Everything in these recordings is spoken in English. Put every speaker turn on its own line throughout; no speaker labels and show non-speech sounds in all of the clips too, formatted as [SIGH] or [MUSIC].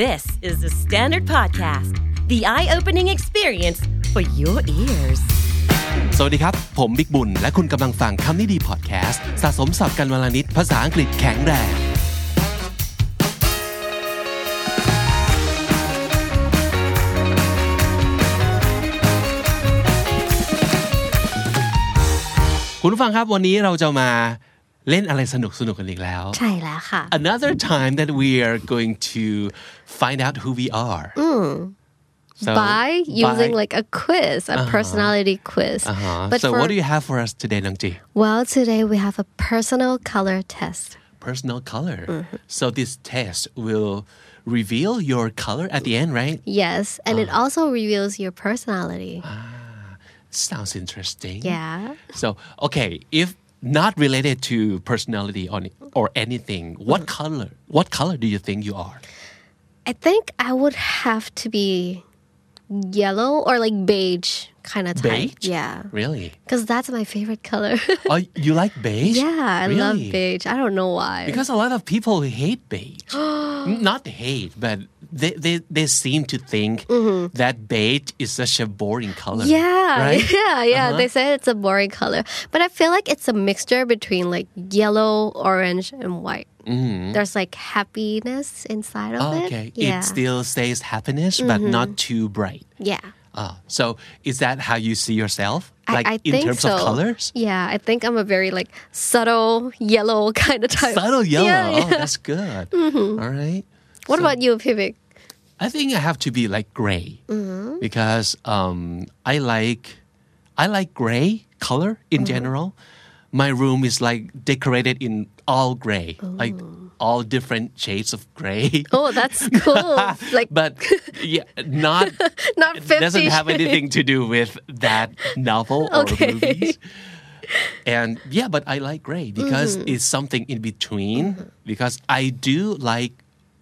This is the Standard Podcast, the eye opening experience for your ears.
สวัสดีครับ ผมบิ๊กบุญ และคุณกำลังฟังคำนี้ดีพอดแคสต์ สะสมสับกันวลนิดภาษาอังกฤษแข็งแรง คุณผู้ฟังครับวันนี้เราจะมาเล่นอะไรสนุกสนุกๆกันอีกแล้ว
ใช่แล้วค่ะ
Another time that we are going to find out who we are So,
by using
Uh, by-
like a quiz a personality quiz
Uh-huh.
but
so
for
what do you have for us today น้องจี
well today we have a personal color test
personal color.
Mm-hmm.
So this test will reveal your color at the end, right?
yes and it
Uh-huh.
also reveals your personality
Sounds interesting.
yeah
So okay, if not related to personality on or anything, what
Mm-hmm.
color? What color do you think you are?
I think I would have to be yellow or like beige kind of type
Beige?
yeah
Really?
because that's my favorite color [LAUGHS]
Oh, you like beige?
yeah I
really?
love beige I don't know why
Because a lot of people hate
[GASPS]
beige. Not hate, but they, they, they seem to think that beige is such a boring color.
Mm-hmm. Yeah, [LAUGHS]
Right? Uh-huh.
yeah, yeah. They say it's a boring color, but I feel like it's a mixture between like yellow, orange, and white. There's like happiness inside of it.
Mm-hmm. Okay.
Yeah. Mm-hmm.
It still says happiness, but not too bright.
yeah.
Ah, so is that how you see yourself?
I-
Like
I,
in
think
terms
so.
of colors?
[LAUGHS] Yeah, I think I'm a very like subtle yellow [LAUGHS] kind of type.
Subtle yellow.
Yeah, yeah. Mm-hmm.
Oh, that's good. All right.
What about you, Pivik?
I think I have to be like gray
Mm-hmm.
because um, I like I like gray color in
Mm-hmm.
general. My room is like decorated in all gray, like all different shades of gray.
Oh,
[LAUGHS]
that's cool. like
But yeah,
[LAUGHS]
not
not
it
fifty.
doesn't have anything to do with that novel or
Okay. [LAUGHS]
movies. And yeah, but I like gray because
Mm-hmm.
it's something in between. Because I do like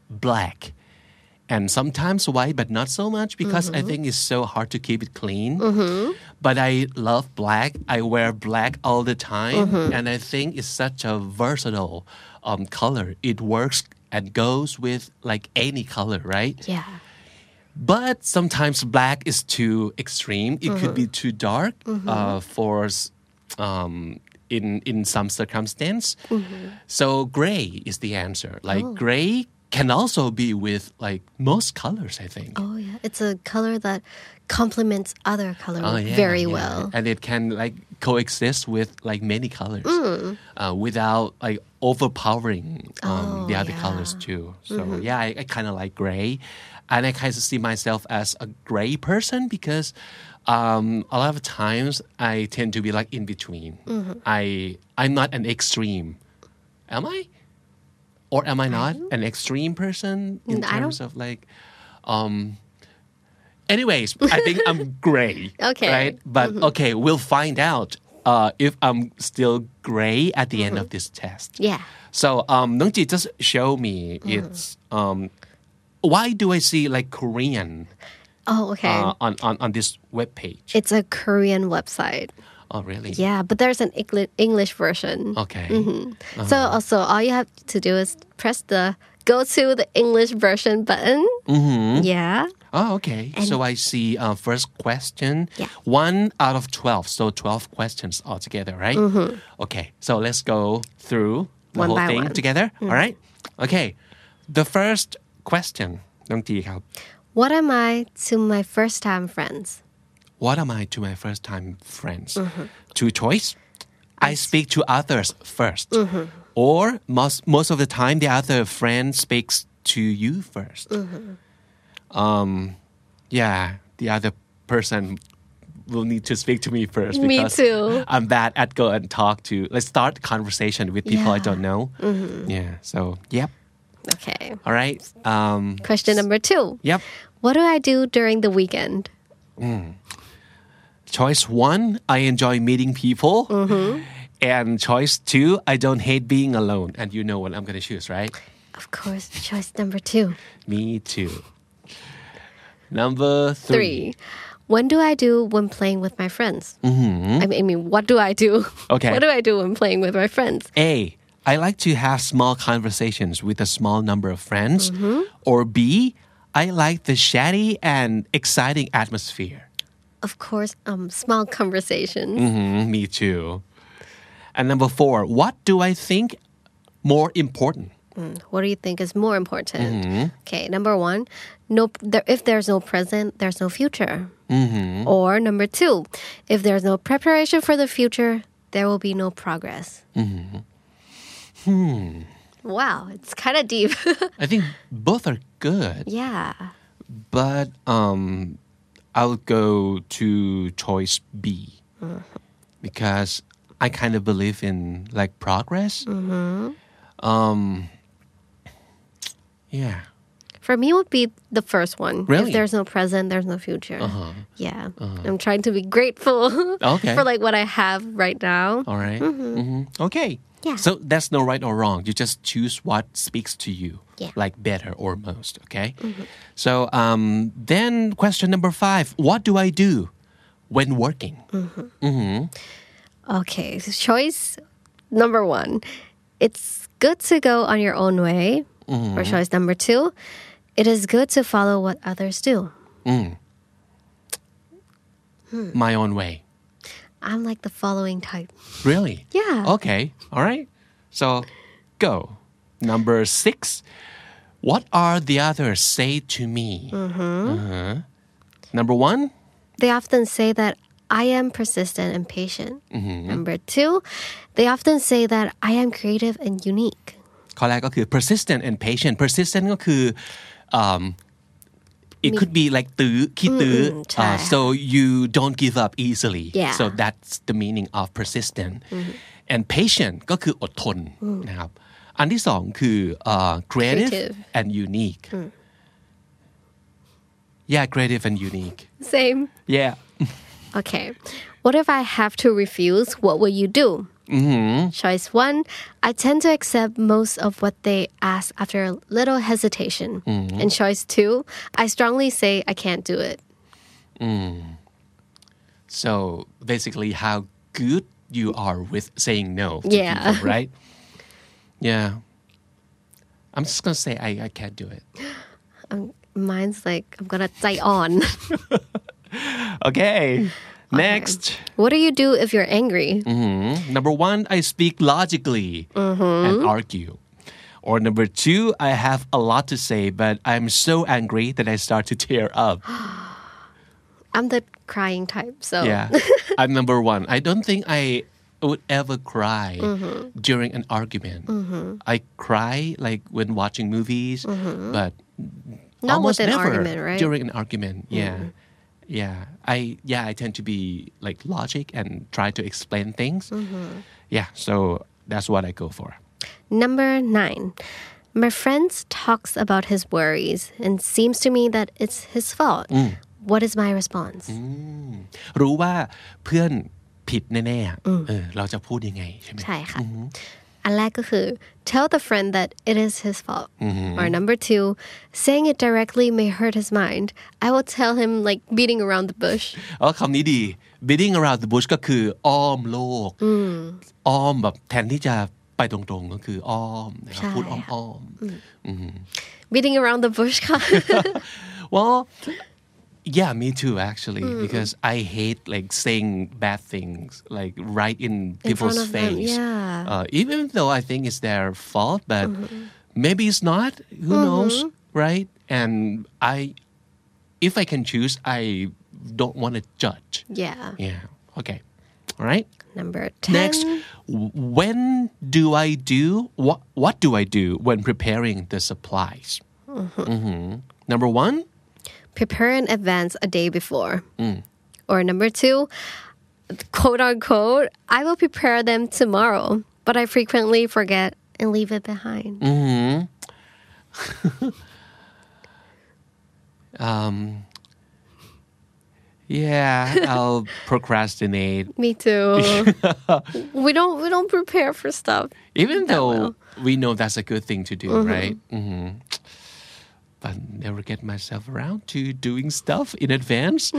black and sometimes white, but not so much because
Mm-hmm.
I think it's so hard to keep it clean. But I love black. I wear black all the time.
Mm-hmm.
And I think it's such a versatile um, color. It works and goes with like any color, right?
[LAUGHS] yeah.
but sometimes black is too extreme. It could be too dark uh, for s- um, in in some circumstance. So gray is the answer. Like gray can also be with like most colors. I think.
Oh yeah. It's a color that complements other color
Oh, yeah,
very
yeah.
well.
and it can like coexist with like many colors
Mm.
uh, without like overpowering um,
Oh,
the other colors too so
Mm-hmm.
yeah i, I kind of like gray and i kind of see myself as a gray person because um, a lot of times i tend to be like in between
Mm-hmm.
i i'm not an extreme am i or am i not an extreme person in
Mm, I
terms of like Anyways, I think
[LAUGHS]
I'm gray.
Okay. Mm-hmm.
Right? But okay, we'll find out uh, if I'm still gray at the end of this test.
Mm-hmm. Yeah. Mm-hmm.
So, um, Nungji, just show me. It's um, why do I see like Korean
Oh, okay.
uh, on, on on this web page?
It's a Korean website.
Oh, really?
Yeah, but there's an Engli- English version.
Okay.
Mm-hmm.
Uh-huh.
So also, all you have to do is press the go to the English version button. Mm-hmm. Yeah.
Oh, okay. so I see. Uh, first question.
Yeah.
One out of twelve. So twelve questions altogether, right? Okay. So let's go through the
Mm-hmm. One
whole
by
thing
one. Mm.
together. all right. Okay. The first question. น้องจีครับ
What am I to my first time friends?
What am I to my first time friends?
Mm-hmm.
Two choice. I speak to others 1st
Mm-hmm.
or most most of the time the other friend speaks to you 1st
Mm-hmm.
Um, yeah, the other person will need to speak to me first.
Me
because
too.
I'm bad at go and talk to. Let's start conversation with people I
Yeah. Mm-hmm.
don't know. Yeah. So yep.
Okay.
All right. Um,
Question number two.
yep.
What do I do during the weekend?
Choice one, I enjoy meeting people. And choice two, I don't hate being alone. And you know what I'm going to choose, right?
Of course, choice number two.
Me too. Number three.
Three. When do I do when playing with my friends? Mm-hmm. I mean, I mean, [LAUGHS] what do I do?
Okay.
What do I do when playing with my friends?
A, I like to have small conversations with a small number of friends. Or B, I like the chatty and exciting atmosphere.
Of course, um, small conversations.
Mm, me too. And number four, what do I think more important?
What do you think is more important?
Mm-hmm.
Okay, number one, no. There, if there's no present, there's no future.
Mm-hmm.
Or number two, if there's no preparation for the future, there will be no progress.
Mm-hmm.
Hmm. Wow, it's kind of deep. [LAUGHS]
I think both are good,
yeah.
but um, I'll go to choice B because I kind of believe in like progress. Um, yeah.
For me, it would be the first one.
Really? Uh-huh.
If there's no present, there's no future. Yeah. I'm trying to be grateful [LAUGHS]
Okay.
for like what I have right now.
All right. Mhm. Okay.
Yeah.
So that's no right or wrong. You just choose what speaks to you,
Yeah.
like better or most. Okay. So um, then, question number five: What do I do when working?
Okay, so choice number one. It's good to go on your own way. Or choice number two, it is good to follow what others do.
My own way.
I'm like the following type.
Really?
Yeah.
Okay. All right. So go. Number six. What are the others say to me? Uh-huh. Number one.
They often say that I am persistent and patient. Number two, they often say that I am creative and unique.
ข้อแรกก็คือ persistent and patient persistent ก็คืออืม it could be like ตื้อขี้ตื้ออ
ใช่
อ่า so you don't give up easily
Yeah.
so that's the meaning of persistent and patient ก็คืออดทนนะครับ อันที่สองคืออ่า creative
Creative.
and unique yeah creative and unique
Same.
yeah
Okay. What if I have to refuse? What will you do? Mm-hmm. Choice one. I tend to accept most of what they ask after a little hesitation. And choice two. I strongly say I can't do it.
So basically, how good you are with saying no to
Yeah.
people, right? Yeah. I'm just gonna say I, I can't do it.
Mine's like I'm gonna die on. [LAUGHS]
Okay. [LAUGHS] Next,
what do you do if you're angry?
Mm-hmm. number one, I speak logically and argue. Or number two, I have a lot to say, but I'm so angry that I start to tear up.
I'm the crying type, so [LAUGHS]
Yeah. I'm number one. I don't think I would ever cry
Mm-hmm.
during an argument. I cry like when watching movies, but
Mm-hmm. not
almost
with an
never
argument, right? Mm-hmm.
during an argument. Yeah. Yeah. I yeah, I tend to be like logic and try to explain things.
Mm-hmm.
Yeah, so that's what I go for.
Number nine. My friend talks about his worries and seems to me that it's his fault. What is my response?
รู้ว่าเพื่อนผิดแน่ๆอะเออเราจะพูดยังไงใช่ไหม
ใช่ค่ะอันแรกก็คือ tell the friend that it is his fault or number two saying it directly may hurt his mind I will tell him like beating around the bush [LAUGHS]
อ๋อคำนี้ดี beating around the bush ก็คืออ้อมโลกอ้อมแบบแทนที่จะไปตรงๆ ก็คืออ้อมนะครับ
ใช่
พูดอ้อม
beating around the bush [LAUGHS] ค่ะ
ๆ well yeah me too actually because I hate like saying bad things like right in people's
of them,
face
yeah.
Uh, even though I think it's their fault but maybe it's not who knows right and I if I can choose I don't want to judge
yeah
yeah okay all right
number 10
Next, w- when do I do what? What do I do when preparing the supplies? Mhm. Number one,
prepare in advance a day before or number two quote unquote I will prepare them tomorrow but I frequently forget and leave it behind
yeah, I'll procrastinate,
me too [LAUGHS] we don't we don't prepare for stuff
even though we know that's a good thing to do, right? Mhm. I Mm-hmm. never get myself around to doing stuff in advance.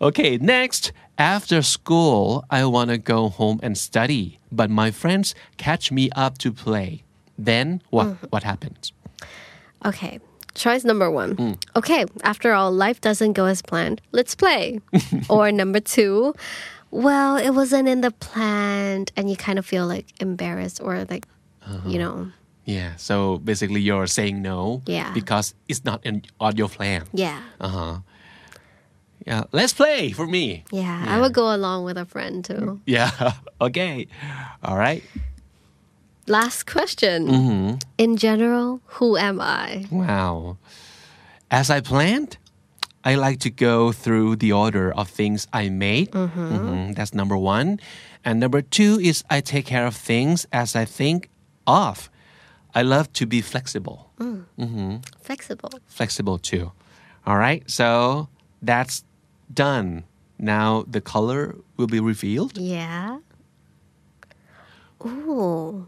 Okay, next, after school, I want to go home and study, but my friends catch me up to play. Then what what happens?
Okay. Choice number one. Okay, after all, life doesn't go as planned. Let's play. or number two, well, it wasn't in the plan, and you kind of feel like embarrassed or like, you know,
Yeah, so basically you're saying no
Yeah.
because it's not in on your plan.
yeah,
Yeah, let's play for me.
yeah. I would go along with a friend
Hmm.
too.
Yeah. [LAUGHS] okay. All right.
Last question. In general, who am I?
Wow. As I planned, I like to go through the order of things I made. Mhm, That's number one. And number two is I take care of things as I think of. I love to be flexible.
Flexible.
Flexible too. All right. So that's done. Now the color will be revealed.
Yeah. Ooh,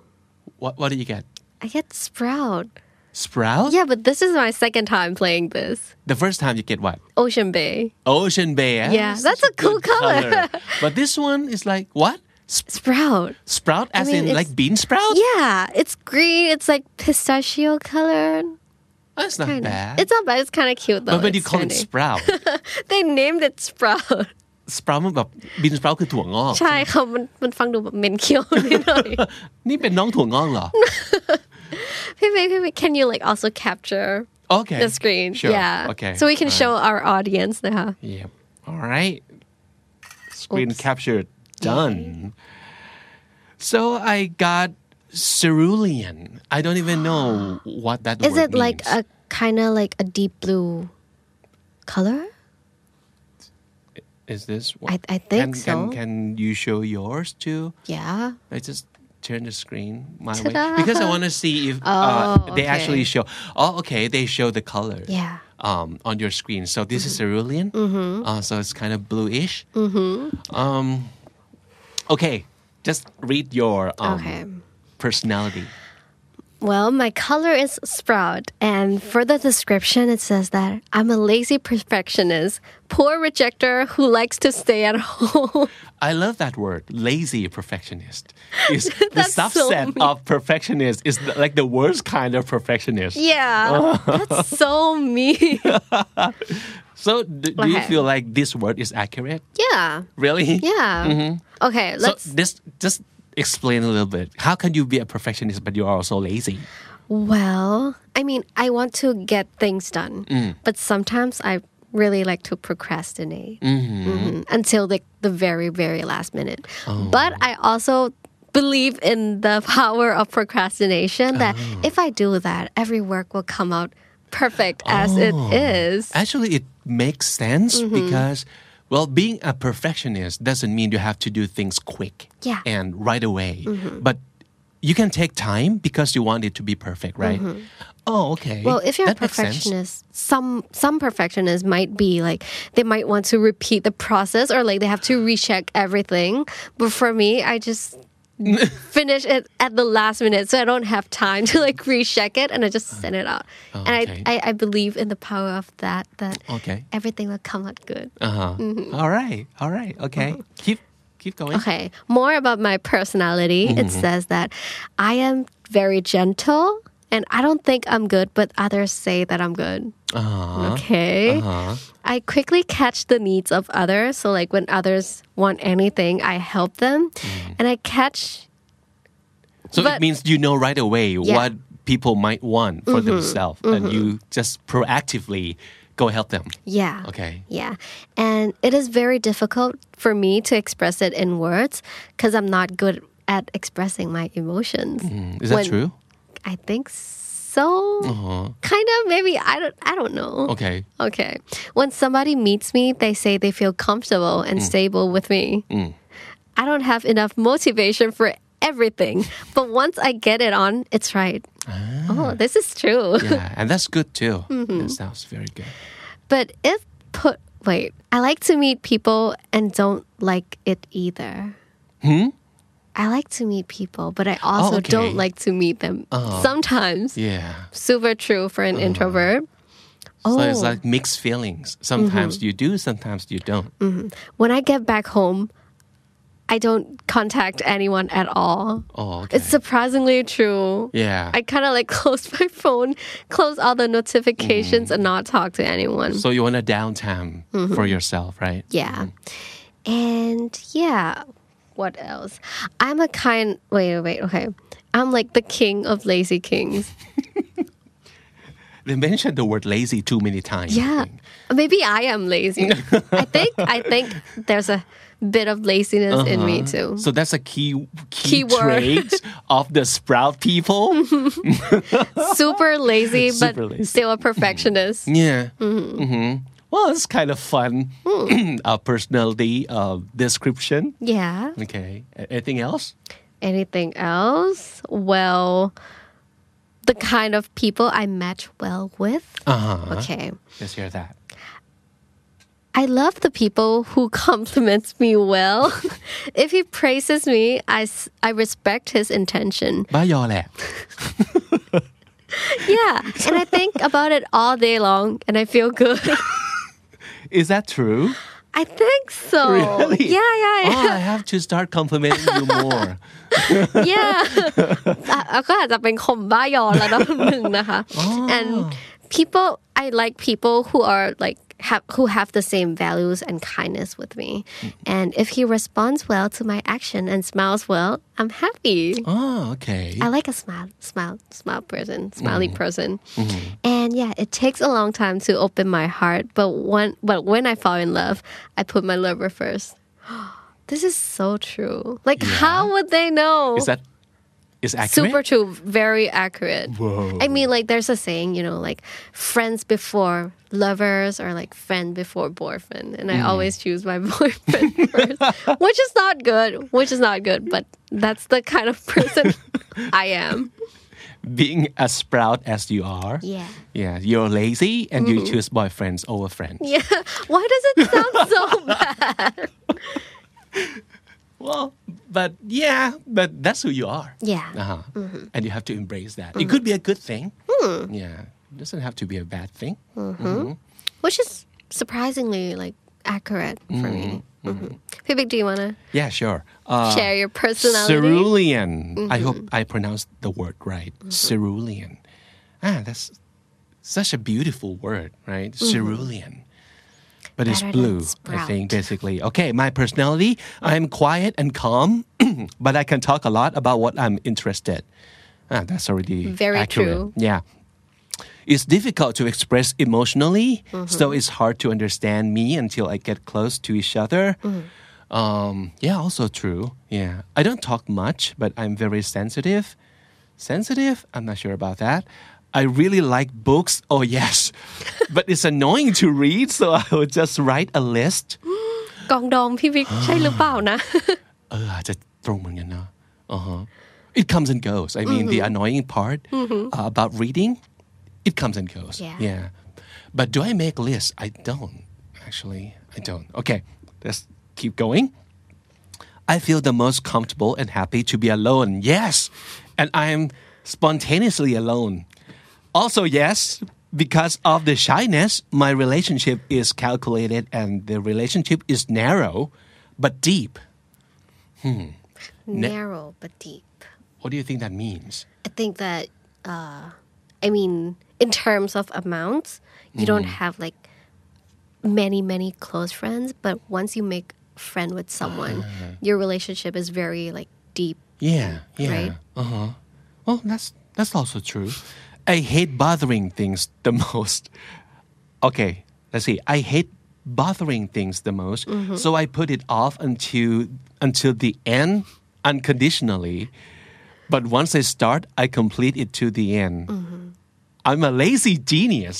What, what did you get?
I get sprout.
Sprout?
Yeah, but this is my second time playing this.
The first time you get what?
Ocean Bay.
Ocean bear.
Yeah, that's a cool color.
[LAUGHS] but this one is like what?
Sprout.
Sprout as
mean,
in
it's-
like bean sprout?
Yeah, it's green. It's like pistachio colored.
That's Oh, not bad.
It's not bad. It's kind of cute though.
but when you
it's
call it
trendy. [LAUGHS]
sprout,
they named it sprout. [LAUGHS]
sprout มันแบบบีนสปราวคือถั่วงอก
ใช่ค่ะมันมันฟังดูแบบเหม็นเคี้ยว [LAUGHS] นิดหน่อย
[LAUGHS] นี่เป็นน้องถั่วงอกเหร
[LAUGHS]
อ
พี่เมย์พี่เมย์ can you like also capture
Okay.
the screen
Sure.
yeah
Okay.
so we can
Alright.
show our audience นะคะ
Yeah. All right. Screen capture done. So I got cerulean. I don't even
[GASPS]
know what that
is
word
it like
means.
a kind of like a deep blue color
Is this?
I- I think
can, Can,
so.
can you show yours too?
yeah
I just turn the screen my
Ta-da.
way because I want to see if uh,
[LAUGHS] Oh,
they
okay.
actually show. Oh, okay, they show the color.
Yeah.
Um, on your screen. So this is cerulean. Mm-hmm. Uh, so it's kind of bluish. Mm-hmm. Um, okay, just read your um,
Okay.
personality.
Well, my color is sprout, and for the description, it says that I'm a lazy perfectionist, poor rejecter who likes to stay at [LAUGHS] home.
I love that word, lazy
[LAUGHS]
perfectionist. It's the
That's so
subset
mean.
of perfectionist. Is the- like the worst kind of perfectionist.
yeah, that's so mean.
So do, do you
Okay.
feel like this word is accurate?
yeah,
Really?
yeah. Okay,
So
let's.
this just explain a little bit. How can you be a perfectionist but you are also lazy?
well, I mean, I want to get things done, but sometimes I really like to procrastinate Mhm. until the, the very, very last minute. But I also believe in the [LAUGHS] power of procrastination that if I do that, every work will come out perfect as it is.
Actually, it makes sense
Mm-hmm.
because, well, being a perfectionist doesn't mean you have to do things quick
Yeah. Mm-hmm.
and right away. But you can take time because you want it to be perfect, right? Oh, okay.
Mm-hmm. Well, if you're
That
a
makes sense.
perfectionist, some some perfectionists might be like they might want to repeat the process or like they have to recheck everything. But for me, I
[LAUGHS]
just finish it at the last minute, so I don't have time to like recheck it, and I just send it out.
Oh, okay. Oh.
And I, I I believe in the power of that. That
Okay.
everything will come out good.
Uh-huh. All right. All right. Okay. Keep keep going.
Mm-hmm. Okay, more about my personality. It
Mm-hmm.
says that I am very gentle. And I don't think I'm good, but others say that I'm good.
Uh-huh.
Okay.
Uh-huh.
I quickly catch the needs of others. So, like when others want anything, I help them.
Mm.
And I catch,
So it
But-
means you know right away what people might want for
Mm-hmm.
themselves, and you just proactively go help them.
yeah.
Okay.
Yeah. And it is very difficult for me to express it in words because I'm not good at expressing my emotions.
Is that
When-
true?
I think so.
Uh-huh.
Kind of, maybe. I don't, I don't know.
Okay.
Okay. When somebody meets me, they say they feel comfortable
Mm.
and stable with me. I don't have enough motivation for everything, but once I get it on, it's right. Oh, this is true.
Ah. Yeah, and that's good too.
Mm-hmm.
That sounds very good.
[LAUGHS] But if put wait, I like to meet people and don't like it either. Hmm? I like to meet people, but I also
Oh, okay. Oh.
don't like to meet them sometimes.
Yeah. Uh-huh.
Super true for an introvert.
So it's
Oh.
like mixed feelings. Sometimes
Mm-hmm.
you do, sometimes you don't.
Mm. When I get back home, I don't contact anyone at all.
Oh, okay.
It's surprisingly true.
Yeah.
I kind of like [LAUGHS] close my phone, close all the notifications, and not talk to anyone.
Mm-hmm. So you want a downtime for yourself, right?
Mm-hmm. Yeah.
Mm-hmm.
And yeah, what else? I'm a kind. Wait, wait, wait. Okay. I'm like the king of
[LAUGHS]
lazy kings.
They mentioned the word lazy too many times. I
Yeah.
think.
Maybe I am lazy. I think
[LAUGHS]
I think there's a bit of laziness in me
[LAUGHS]
too.
So that's a key key
Keyword. Mm-hmm.
trait
[LAUGHS]
of the sprout people.
Super lazy, but
Super lazy.
still a perfectionist.
Yeah. Mm-hmm. Well, it's kind of fun.
Hmm.
[CLEARS THROAT] Our personality uh, description.
Yeah.
Okay. A- Anything else?
Anything else? Well, the kind of people I match well with.
Uh-huh.
Okay.
Let's hear that.
I love the people who [LAUGHS] compliments me well. [LAUGHS] if he praises me, I, s- I respect his intention.
บ้ายอแหละ
Yeah. And I
[LAUGHS]
think about it all day long and I feel good. [LAUGHS]
Is that true?
I think so.
Really?
Yeah, yeah, yeah.
Oh, I have to start complimenting you
[LAUGHS]
more.
yeah [LAUGHS] อ่ะอ่ะก็อาจจะเป็นคมบ้ายอระดับหนึ่งนะคะ and people I like people who are like have who have the same values and kindness with me and if he responds well to my action and smiles well I'm happy
Oh, okay.
I like a smile smile smile person smiley person and yeah it takes a long time to open my heart but when but when I fall in love I put my lover first [GASPS] This is so true. Like, how would they know?
Is that is accurate?
Super true, very accurate.
Whoa.
I mean, like, there's a saying, you know, like friends before lovers or like friend before boyfriend. And
Mm-hmm.
I always choose my [LAUGHS] boyfriend first, which is not good, which is not good, but that's the kind of
[LAUGHS]
person I am.
Being as sprout as you are.
Yeah. Mm-hmm.
Yeah. You're lazy and you choose boyfriends over friends.
Yeah. Why does it sound
[LAUGHS]
so bad?
Well, but yeah, but that's who you are.
Yeah.
Uh-huh.
Mm-hmm.
And you have to embrace that. It could be a good thing.
Hmm.
Yeah. It doesn't have to be a bad thing.
Which is surprisingly like accurate for me. Mhm. Pibik, do you want to
Yeah, sure. Mm-hmm. Uh,
share your personality? Mm-hmm.
cerulean. I hope I pronounced the word right. Cerulean. Ah, that's such a beautiful word, right? Cerulean. But it's
Mm-hmm. Better than
blue, I
sprout.
think, basically. Okay, my personality I'm quiet and calm, [CLEARS THROAT] but I can talk a lot about what I'm interested. Ah, that's already
Very
accurate.
true.
Yeah. It's difficult to express emotionally,
Mm-hmm.
so it's hard to understand me until I get close to each other.
Mm-hmm.
Um, yeah, also true. Yeah. I don't talk much, but I'm very sensitive. Sensitive? I'm not sure about that. I really like books. Oh,
[LAUGHS]
yes. but it's annoying to read, so I would just write a list.
กองดองพี่บิ๊กใช่หรือเปล่านะ
Uh, อาจจะตรงเหมือนกันเนอะ Uh-huh. It comes and goes. I mean, the annoying part uh, about reading, it comes and goes.
Yeah.
But do I make lists? I don't, actually. I don't. Okay, let's keep going. I feel the most comfortable and happy to be alone. Yes. And I am spontaneously alone. Also, yes, because of the shyness, my relationship is calculated and the relationship is narrow but deep.
narrow but deep
What do you think that means?
I think that uh, I mean in terms of amounts, you don't
Mm-hmm.
have like many many close friends, but once you make friend with someone,
Uh-huh.
your relationship is very like deep.
Yeah, yeah.
Right.
Uh huh. Well, that's that's also true. I hate bothering things the [LAUGHS] most. Okay, let's see. I hate bothering things the most, so I put it off until until the end unconditionally. But once I start, I complete it to the end. I'm a lazy genius.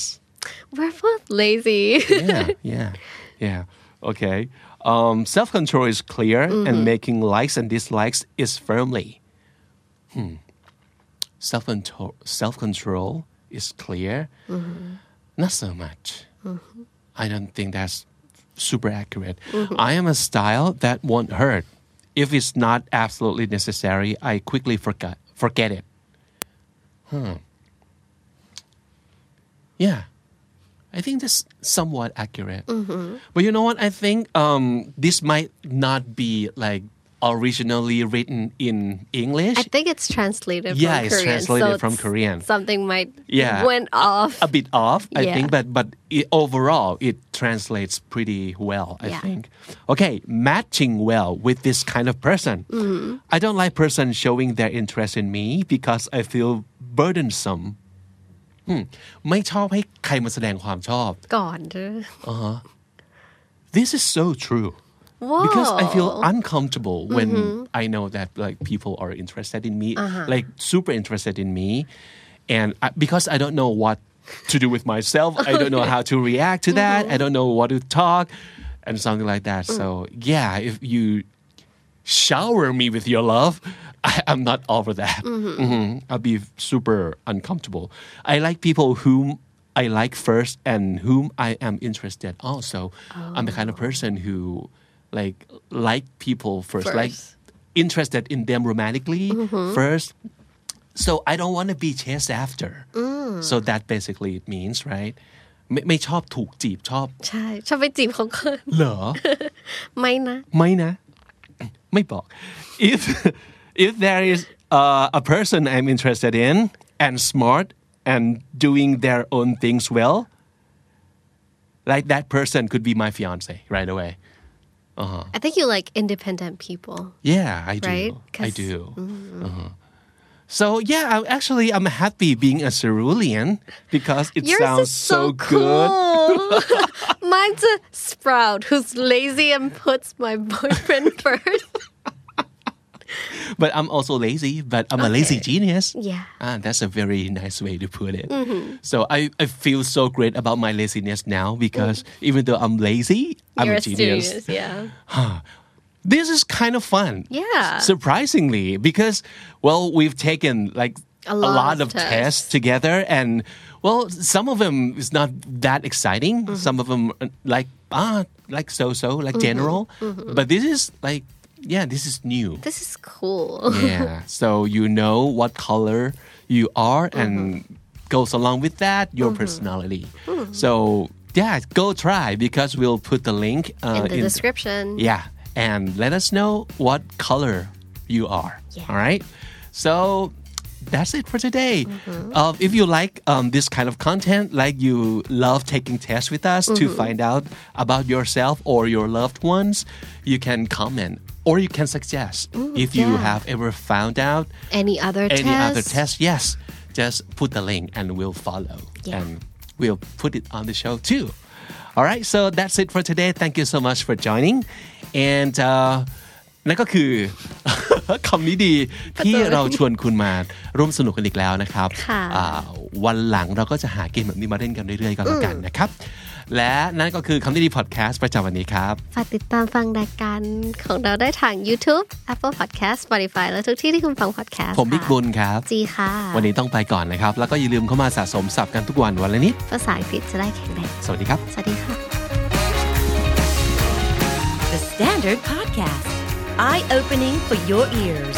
We're both lazy. [LAUGHS]
yeah, yeah, yeah. Okay. Um, Self control is clear, and making likes and dislikes is firmly. Hmm. Self control. Self control is clear. Not so much. I don't think that's super accurate. I am a style that won't hurt. If it's not absolutely necessary, I quickly forget forget it. Hmm. Yeah, I I think that's somewhat accurate. But you know what? I think um, this might not be like originally written in English.
I think it's translated
Yeah,
from
it's
Korean.
translated
so
from
it's-
Korean.
Something might
Yeah. Uh,
went off.
a bit off, I
Yeah.
think, but but it, overall it translates pretty well, I
Yeah.
think. Okay, matching well with this kind of person.
Mm-hmm.
I don't like person showing their interest in me because I feel burdensome. อืมไม่ชอบให้ใครมาแสดงความชอบ
God.
This is so true.
Whoa. [LAUGHS]
Because I feel uncomfortable when I know that like people are interested in me, like super interested in me, and I, because I don't know what to do with myself, I don't know how to react to that. I don't know what to talk, and something like that. So yeah, if you shower me with your love, [LAUGHS] I, I'm not over that. Mhm. I'll be super uncomfortable. I like people whom I like first and whom I am interested also. I'm the kind of person who like like people first, like
First.
interested in them romantically first. So I don't want to be chased after. So that basically it means, right? ไม่ไม่ชอบถูกจีบชอบ
ใช่ชอบไปจีบเขาก่อน [LAUGHS]
เหรอ
ไม่นะ
ไม่นะไม่บอก if if there is uh, a person I'm interested in and smart and doing their own things well like that person could be my fiance right away
I think you like independent people
Yeah, I do.
Right?
I
'Cause-
do. Uh-huh. So yeah, I'm actually I'm happy being a cerulean because it
Yours
sounds
is so,
good. [LAUGHS]
cool. Mine's a sprout who's lazy and puts my
[LAUGHS]
boyfriend first.
But I'm also lazy, but I'm a lazy genius.
Yeah. Mm-hmm.
Ah, that's a very nice way to put it. So I, I feel so great about my laziness now because even though I'm lazy, I'm
Mm-hmm. You're
a genius.
serious, yeah.
This is kind of fun.
Yeah.
Surprisingly, because, well, we've taken like
A lot
of
of
tests.
tests.
together and, well, some of them is not that exciting.
Mm-hmm.
Some of them uh, like, ah, like so so, like general.
Mm-hmm.
But this is like, yeah, this is new.
This is cool.
yeah [LAUGHS] so you know what color you are
Mm-hmm.
and goes along with that your personality
Mm-hmm.
so yeah go try because we'll put the link uh,
In the description.
yeah and let us know what color you are all right so that's it for today. Uh, if you like um, this kind of content, like you love taking tests with us to find out about yourself or your loved ones, you can comment or you can suggest if you
yeah.
have ever found out
Any other
any other
tests?
test. Yes, just put the link and we'll follow
Yeah.
and we'll put it on the show too. All right, so that's it for today. Thank you so much for joining. And uh, นั่นก็คือ [LAUGHS] คำนี้ดีที่เราชวนคุณมาร่วมสนุกกันอีกแล้วนะครับ
ค่ะ
อ่าวันหลังเราก็จะหาเกมแบบนี้มาเล่นกันเรื่อยๆกันแล้วกันนะครับ และนั่นก็คือคำนี้ดีพอดแคสต์ประจำวันนี้ครับ
ฝากติดตามฟังรายการของเราได้ทาง YouTube, Apple Podcast, Spotify และทุกที่ที่คุณฟัง podcast
ผมบิ๊ก
ค่ะ
บุญครับ
จีค่ะ
วันนี้ต้องไปก่อนนะครับ แล้วก็อย่าลืมเข้ามาสะสมศัพท์กันทุกวันวันละนิด
ภาษาอังกฤษจะได้แข็งแรง
สวัสดีครับ
สวัสดีค่ะ
The Standard Podcast, eye opening for your ears.